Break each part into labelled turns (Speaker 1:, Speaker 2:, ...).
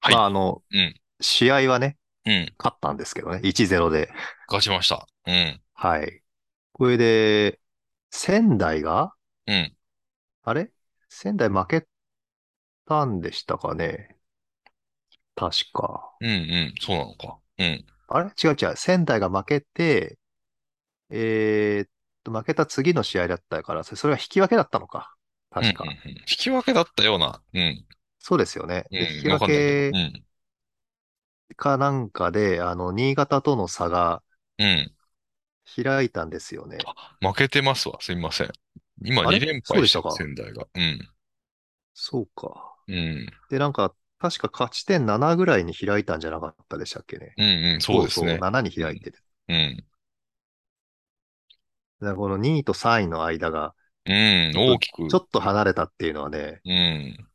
Speaker 1: はい
Speaker 2: まあ、あの、
Speaker 1: うん
Speaker 2: 試合はね、
Speaker 1: うん。
Speaker 2: 勝ったんですけどね、1-0で。
Speaker 1: 勝ちました。うん。
Speaker 2: はい。これで、仙台が、
Speaker 1: うん。
Speaker 2: あれ仙台負けたんでしたかね確か。
Speaker 1: うんうん。そうなのか。うん。
Speaker 2: あれ違う違う。仙台が負けて、えーっと、負けた次の試合だったから、そそれが引き分けだったのか。確か。
Speaker 1: うんうんうん引き分けだったような。うん。
Speaker 2: そうですよね。
Speaker 1: う
Speaker 2: で
Speaker 1: ん。
Speaker 2: 引き
Speaker 1: わか
Speaker 2: 分
Speaker 1: んないけ
Speaker 2: け
Speaker 1: ど。うん。
Speaker 2: かなんかで、あの、新潟との差が
Speaker 1: うん。
Speaker 2: 開いたんですよね。
Speaker 1: あ、負けてますわ。すみません。今
Speaker 2: あれ
Speaker 1: 2連
Speaker 2: そう
Speaker 1: 敗
Speaker 2: で
Speaker 1: し
Speaker 2: してた
Speaker 1: る
Speaker 2: か
Speaker 1: 仙台が。うん。
Speaker 2: そうか。
Speaker 1: うん。
Speaker 2: で、なんか、確か勝ち点7ぐらいに開いたんじゃなかったでしたっけね。
Speaker 1: うんうん。そうですね。
Speaker 2: 7に開いてる。
Speaker 1: うん。
Speaker 2: だからこの2位と3位の間が、
Speaker 1: うん。大きく。
Speaker 2: ちょっと離れたっていうのはね、
Speaker 1: うん。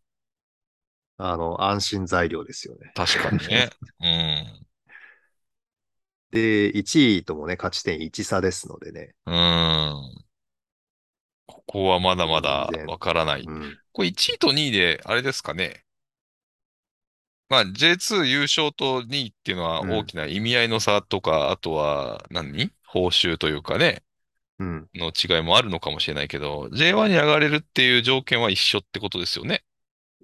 Speaker 2: あの、安心材料ですよね。
Speaker 1: 確かに ね。うん。
Speaker 2: で、1位ともね、勝ち点1差ですのでね。
Speaker 1: うーん。ここはまだまだ
Speaker 2: 全然
Speaker 1: わからない。
Speaker 2: うん。
Speaker 1: これ1位と2位で、あれですかね。まあ J2 優勝と2位っていうのは
Speaker 2: うん
Speaker 1: 大きな意味合いの差とか、あとは何報酬というかね、
Speaker 2: うん。
Speaker 1: の違いもあるのかもしれないけど、J1 に上がれるっていう条件は一緒ってことですよね。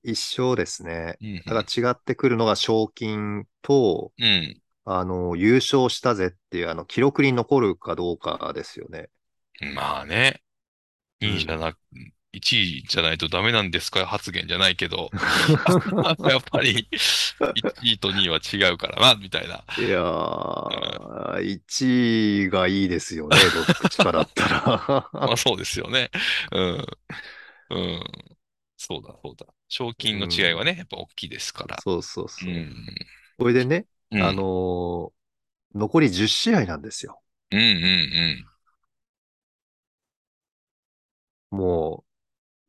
Speaker 2: 一勝ですね。
Speaker 1: うん
Speaker 2: だから違ってくるのが賞金と、
Speaker 1: うん。うん。
Speaker 2: あの、優勝したぜっていう、あの、記録に残るかどうかですよね。
Speaker 1: まあね。2位じゃな、1位じゃないとダメなんですか発言じゃない けど、 やっぱり1位と2位は違うからな、みたいな。
Speaker 2: いや ー、1位がいいですよね、どっちかだった
Speaker 1: ま
Speaker 2: ら。
Speaker 1: あそうですよね。うん。うん。そうだ、そうだ。賞金の違いはね、やっぱ大きいですから。
Speaker 2: そうそうそうう。
Speaker 1: ん。
Speaker 2: これでね、
Speaker 1: うん
Speaker 2: あのー残り10試合なんですよ。
Speaker 1: うんうん
Speaker 2: も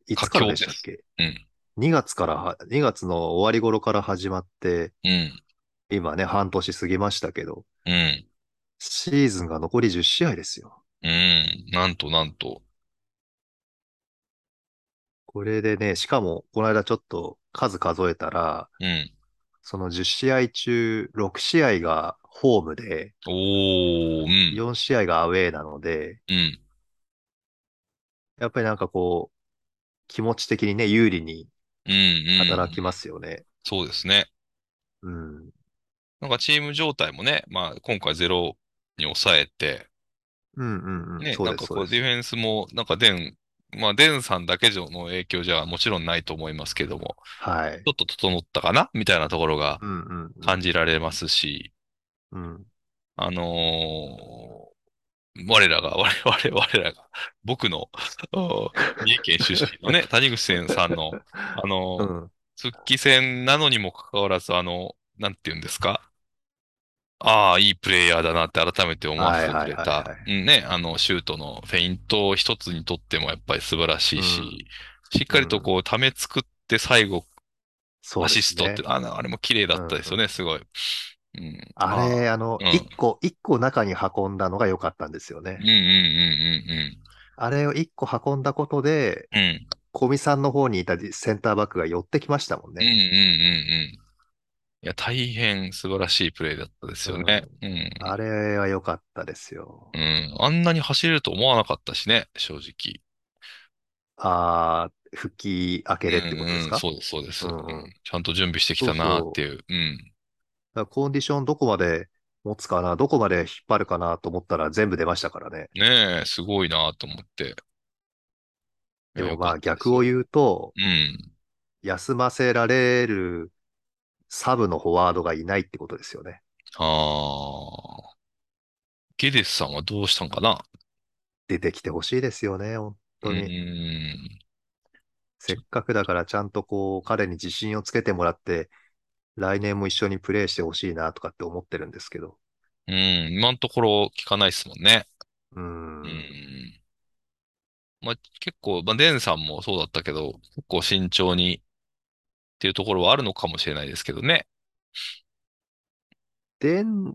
Speaker 2: う、いつからでしたっけ
Speaker 1: 佳境です
Speaker 2: ?2 月からは、2月の終わり頃から始まって、
Speaker 1: うん。うん。
Speaker 2: 今ね、半年過ぎましたけど、
Speaker 1: うん。
Speaker 2: シーズンが残り10試合ですよ。
Speaker 1: うん。なんとなんと。
Speaker 2: これでね、しかも、この間ちょっと数数えたら、
Speaker 1: うん。
Speaker 2: その10試合中、6試合がホームで、
Speaker 1: おー、うん。
Speaker 2: 4試合がアウェーなので、
Speaker 1: うん。
Speaker 2: やっぱりなんかこう、気持ち的にね、有利に
Speaker 1: うん。うん。
Speaker 2: 働きますよね。
Speaker 1: そうですね。
Speaker 2: うん。
Speaker 1: なんかチーム状態もね、まあ今回ゼロに抑えて、
Speaker 2: うんうんうん。
Speaker 1: ね、
Speaker 2: そう
Speaker 1: なん
Speaker 2: で
Speaker 1: か
Speaker 2: す、
Speaker 1: こ
Speaker 2: そうう
Speaker 1: ディ
Speaker 2: で
Speaker 1: フェンスも、なんかデン、まあデンさんだけの影響じゃもちろんないと思いますけども、
Speaker 2: す。はい
Speaker 1: ち。ょっと整ったかなみたいなところが
Speaker 2: うんうん
Speaker 1: 感じられますし、
Speaker 2: うん。うん。
Speaker 1: あのー我らが、我々、我らが、僕の、お三重県出身の ね、谷口先さんの、あの
Speaker 2: う
Speaker 1: ー
Speaker 2: ん。
Speaker 1: 復帰戦なのにもかかわらず、あの、なんて言うんですか。ああ、いいプレイヤーだなって改めて思わせてくれ
Speaker 2: はいはいはい
Speaker 1: た
Speaker 2: は、
Speaker 1: うんね、あの、シュートのフェイント一つにとってもやっぱり素晴らしいし、
Speaker 2: うん
Speaker 1: しっかりとこう、ため作って最後、
Speaker 2: そう
Speaker 1: ア
Speaker 2: です
Speaker 1: シストって、
Speaker 2: ね。
Speaker 1: あのあれも綺麗だったですよね、すごい。うん、
Speaker 2: あれ、あの、
Speaker 1: うん
Speaker 2: 一個、一個中に運んだのが良かったんですよ
Speaker 1: うん
Speaker 2: ね。
Speaker 1: うんうん
Speaker 2: あれを一個運んだことで、
Speaker 1: うんうん。うん
Speaker 2: 小見さんの方にいたセンターバックが寄ってきましたもん
Speaker 1: うんうんうん
Speaker 2: ね。
Speaker 1: うん。いや、大変素晴らしいプレーだったですよね。うん。
Speaker 2: あれは良かったですよ。
Speaker 1: うん。あんなに走れると思わなかったしね、正直。
Speaker 2: あー、復帰明けでってことで
Speaker 1: うんう
Speaker 2: す
Speaker 1: ん
Speaker 2: か
Speaker 1: そうです、そうです。
Speaker 2: うんうん
Speaker 1: うんちゃんと準備してきたなーっていう。うん。
Speaker 2: だからコンディションどこまで持つかな、どこまで引っ張るかなと思ったら全部出ましたからね。
Speaker 1: ねえ、すごいなーと思って。
Speaker 2: でも
Speaker 1: よ
Speaker 2: ま
Speaker 1: か
Speaker 2: あ
Speaker 1: ったです
Speaker 2: 逆を言うと、
Speaker 1: うん。
Speaker 2: 休ませられるサブのフォワードがいないってことですよね。
Speaker 1: ああ。ゲデスさんはどうしたんかな
Speaker 2: 出てきてほしいですよね、本当に。
Speaker 1: うん。
Speaker 2: せっかくだからちゃんとこう、彼に自信をつけてもらって、来年も一緒にプレーしてほしいなとかって思ってるんですけど。
Speaker 1: うん。今のところ聞かないですもんね。
Speaker 2: うーん。
Speaker 1: うん。まあ、結構、まあ、デンさんもそうだったけど、結構慎重にっていうところはあるのかもしれないですけどね。
Speaker 2: デン、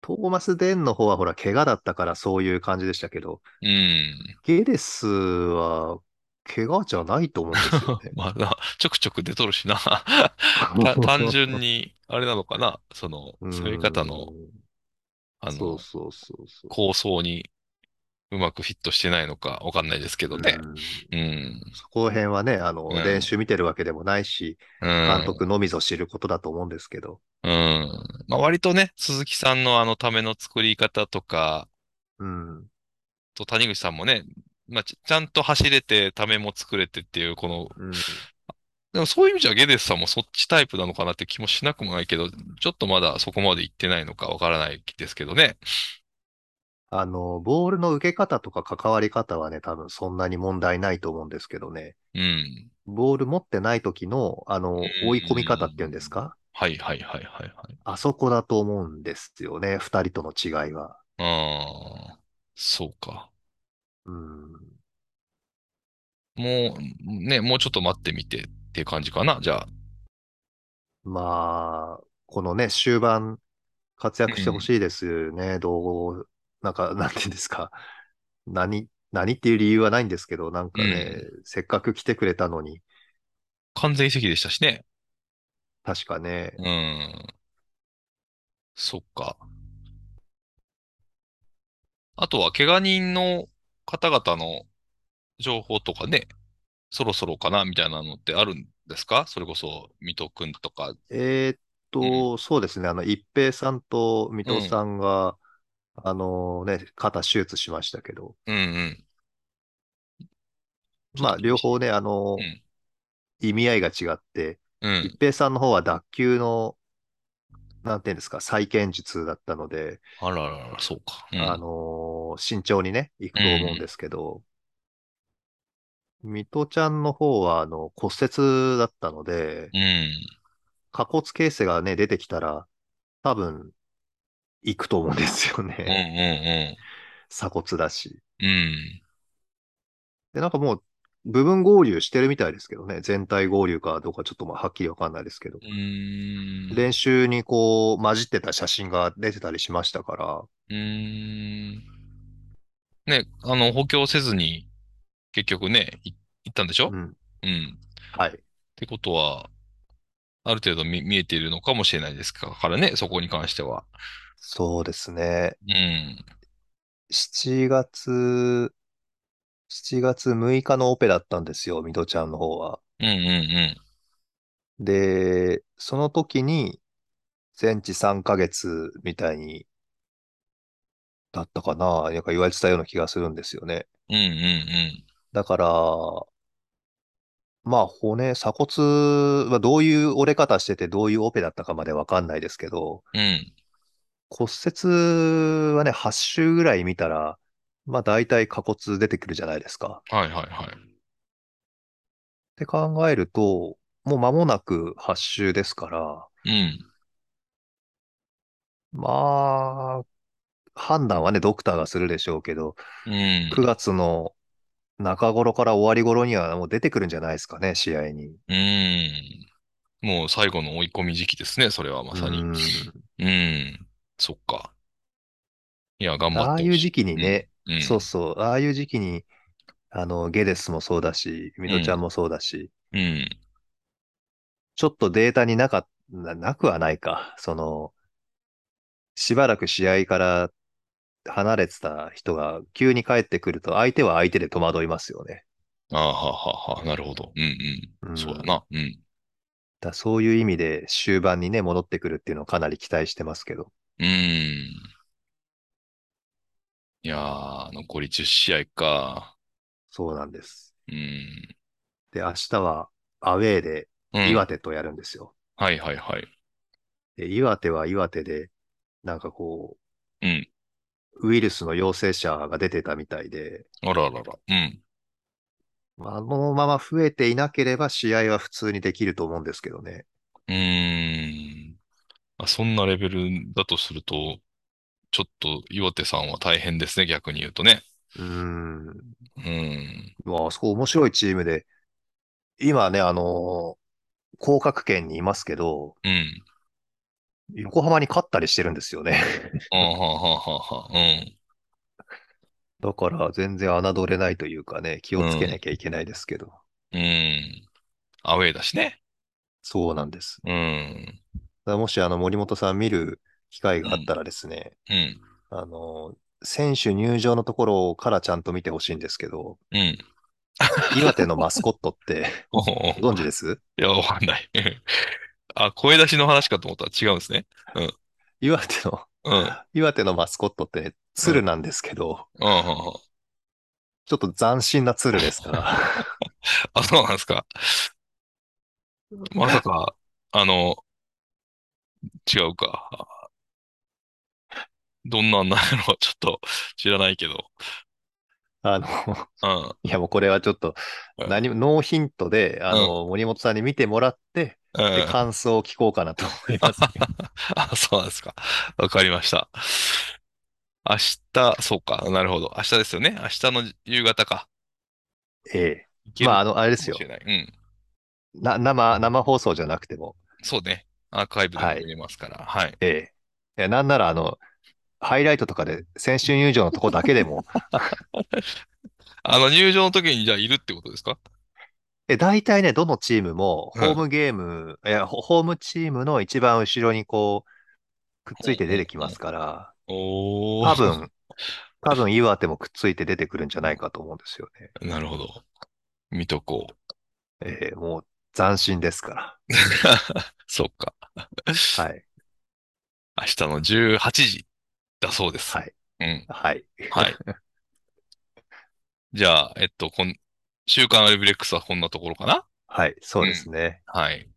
Speaker 2: トーマス・デンの方はほら、怪我だったからそういう感じでしたけど、
Speaker 1: うん。。
Speaker 2: ゲレスは怪我じゃないと思うんですよね
Speaker 1: まあ、ちょくちょく出とるしな。 た 単純に、あれなのかな、その、
Speaker 2: うん
Speaker 1: 滑り方の、あ
Speaker 2: そ
Speaker 1: の
Speaker 2: う、そうそうそう。
Speaker 1: 構想にうまくフィットしてないのかわかんないですけどね
Speaker 2: う。ん
Speaker 1: うん。
Speaker 2: そこら辺はね、あの、
Speaker 1: うん
Speaker 2: 練習見てるわけでもないし、
Speaker 1: うん。
Speaker 2: 監督のみぞ知ることだと思うんですけど。
Speaker 1: うん。まあ、割とね、鈴木さんのあのための作り方とか、
Speaker 2: うん。
Speaker 1: と谷口さんもね、まあ、ちちゃんと走れて、ためも作れてっていう、この、
Speaker 2: うん
Speaker 1: でもそういう意味じゃゲデスさんもそっちタイプなのかなって気もしなくもないけど、ちょっとまだそこまで行ってないのかわからないですけどね。
Speaker 2: あの、ボールの受け方とか関わり方はね、多分そんなに問題ないと思うんですけどね。
Speaker 1: うん。
Speaker 2: ボール持ってない時の、あの、
Speaker 1: ん
Speaker 2: 追い込み方っていうんですか
Speaker 1: はいはいはいはいはい。
Speaker 2: あそこだと思うんですよね、二人との違いは。
Speaker 1: ああ、そうか。
Speaker 2: うん。
Speaker 1: もう、ね、もうちょっと待ってみてっていう感じかな、じゃあ。
Speaker 2: まあ、このね、終盤、活躍してほしいですね。どう、なんか、 なんていうんですか。何、何っていう理由はないんですけど、なんかね、せっかく来てくれたのに、
Speaker 1: 完全移籍でしたしね。
Speaker 2: 確かね、
Speaker 1: うん。そっか。あとは、怪我人の方々の情報とかね、そろそろかな、みたいなのってあるんですかそれこそ、水戸くんとか。
Speaker 2: えーっと、そうですね、あの、一平さんと水戸さんが、あのね、肩手術しましたけど、
Speaker 1: うんうん。
Speaker 2: まあ、両方ね、あの、
Speaker 1: うん
Speaker 2: 意味合いが違って、
Speaker 1: うん。
Speaker 2: 一平さんの方は脱臼の、なんていうんですか、再建術だったので、
Speaker 1: あららら、そうか。うん。
Speaker 2: あのー慎重にね、行くと思うんですけど、水戸ちゃんの方は、あの、骨折だったので、
Speaker 1: うん。
Speaker 2: 下骨形成がね、出てきたら、多分、行くと思うんですよ
Speaker 1: うん
Speaker 2: ね。
Speaker 1: う
Speaker 2: 鎖骨だし。
Speaker 1: んうん。うん。
Speaker 2: で、なんかもう、部分合流してるみたいですけどね。全体合流かどうかちょっとまあはっきりわかんないですけど
Speaker 1: う。ーん。
Speaker 2: 練習にこう、混じってた写真が出てたりしましたから、
Speaker 1: うーん。ね、あの、補強せずに、結局ね、い行ったんでしょ
Speaker 2: うん。
Speaker 1: うん。っ
Speaker 2: はい。
Speaker 1: てことは、ある程度見、見えているのかもしれないですからね、そこに関しては。
Speaker 2: そうですね。
Speaker 1: うん。
Speaker 2: 7月、7月6日のオペだったんですよ、ミドちゃんの方は。
Speaker 1: うんうん
Speaker 2: で、その時に、全治3ヶ月みたいに、だったかな、なんか言われてたような気がするんですよね。
Speaker 1: うん。うんうん
Speaker 2: だから、まあ骨、鎖骨はどういう折れ方しててどういうオペだったかまでわかんないですけど、
Speaker 1: うん。うん。
Speaker 2: 骨折はね、8周ぐらい見たら、まあ大体下骨出てくるじゃないですか。
Speaker 1: はいはいはい。
Speaker 2: って考えると、もう間もなく8周ですから、
Speaker 1: うん。
Speaker 2: まあ、判断はね、ドクターがするでしょうけど、
Speaker 1: うん。
Speaker 2: 9月の中頃から終わり頃にはもう出てくるんじゃないですかね、試合に。
Speaker 1: うん。もう最後の追い込み時期ですね、それはまさに。
Speaker 2: うん
Speaker 1: うん。そっか。いや、頑張
Speaker 2: あ
Speaker 1: っ
Speaker 2: あ
Speaker 1: て
Speaker 2: い
Speaker 1: ほ
Speaker 2: う
Speaker 1: し
Speaker 2: 時期にね、
Speaker 1: い。うん。
Speaker 2: そうそう、ああいう時期に、あの、ゲデスもそうだし、ミドちゃんもそうだし、
Speaker 1: うん。
Speaker 2: ちょっとデータになか、な、なくはないか。その、しばらく試合から離れてた人が急に帰ってくると、相手は相手で戸惑いますよね。
Speaker 1: ああ、はあはあはあ、なるほど。うんうん。
Speaker 2: うん
Speaker 1: そうだな。うん。
Speaker 2: だそういう意味で終盤にね、戻ってくるっていうのをかなり期待してますけど。
Speaker 1: うーん。いやー、残り10試合か。
Speaker 2: そうなんです。
Speaker 1: うん。
Speaker 2: で、明日はアウェーで
Speaker 1: うん。
Speaker 2: 岩手とやるんですよ。
Speaker 1: はいはいはい。
Speaker 2: で、岩手は岩手で、なんかこう、
Speaker 1: うん
Speaker 2: ウイルスの陽性者が出てたみたいで、
Speaker 1: あらあらあら。うん。
Speaker 2: あのまま増えていなければ試合は普通にできると思うんですけどね。
Speaker 1: うーん。あ、そんなレベルだとすると、ちょっと岩手さんは大変ですね、逆に言うとね。
Speaker 2: うーん。
Speaker 1: うん。
Speaker 2: まあ、あそこ面白いチームで、今ね、あのー降格圏にいますけど、
Speaker 1: うん。
Speaker 2: 横浜に勝ったりしてるんですよね。
Speaker 1: ああ、はあはあはあはあ。うん。
Speaker 2: だから全然侮れないというかね、気をつけなきゃいけないですけど。
Speaker 1: うん。アウェーだしね。
Speaker 2: そうなんです。
Speaker 1: うん。
Speaker 2: だからもしあの森本さん見る機会があったらですね、
Speaker 1: うん。
Speaker 2: あの、選手入場のところからちゃんと見てほしいんですけど、
Speaker 1: うん。
Speaker 2: 岩手のマスコットって
Speaker 1: おうおう
Speaker 2: ご存知です
Speaker 1: いや、わかんない。 あ、声出しの話かと思ったら違うんですね。
Speaker 2: 岩手の、
Speaker 1: うん。うん。うん
Speaker 2: 岩手のマスコットってね鶴なんですけど、ちょっと斬新な鶴です から、
Speaker 1: あ、そうなんですか。まさか、あの、違うか。どんなんなんやろちょっと知らないけど。
Speaker 2: あの、
Speaker 1: うん。
Speaker 2: いやもうこれはちょっと何も、ノーヒントで、あの、森本さんに見てもらって、
Speaker 1: うん
Speaker 2: で、感想を聞こうかなと思い ます。
Speaker 1: あ、そうなんですか。わかりました。明日、そうか。なるほど。明日ですよね。明日の夕方か。
Speaker 2: え
Speaker 1: い
Speaker 2: え。
Speaker 1: け
Speaker 2: まあ、
Speaker 1: る
Speaker 2: あの、あれです
Speaker 1: かも
Speaker 2: よ
Speaker 1: し。れない。うん。
Speaker 2: な、生、生放送じゃなくても、
Speaker 1: そうね。アーカイブで
Speaker 2: はい
Speaker 1: も見れますから。はい。
Speaker 2: ええ。えなんなら、あの、ハイライトとかで、先週入場のとこだけで も、
Speaker 1: あの、入場の時にじゃあいるってことですか
Speaker 2: え、大体ね、どのチームも、
Speaker 1: う
Speaker 2: ホ
Speaker 1: ん
Speaker 2: ームゲーム、いや、ホホームチームの一番後ろにこう、くっついて出てきますから、
Speaker 1: お
Speaker 2: 多
Speaker 1: ー。
Speaker 2: 分、多分岩手もくっついて出てくるんじゃないかと思うんですよね。
Speaker 1: なるほど。見とこう。
Speaker 2: ええ、もう、斬新ですか
Speaker 1: そうか。
Speaker 2: ら。はい。
Speaker 1: 明日の18時だそうです。
Speaker 2: はい。
Speaker 1: うん。
Speaker 2: はい。
Speaker 1: はい。じゃあ、えっと、こん、週刊アルビレックスはこんなところかな
Speaker 2: はい、そうですね。
Speaker 1: はい。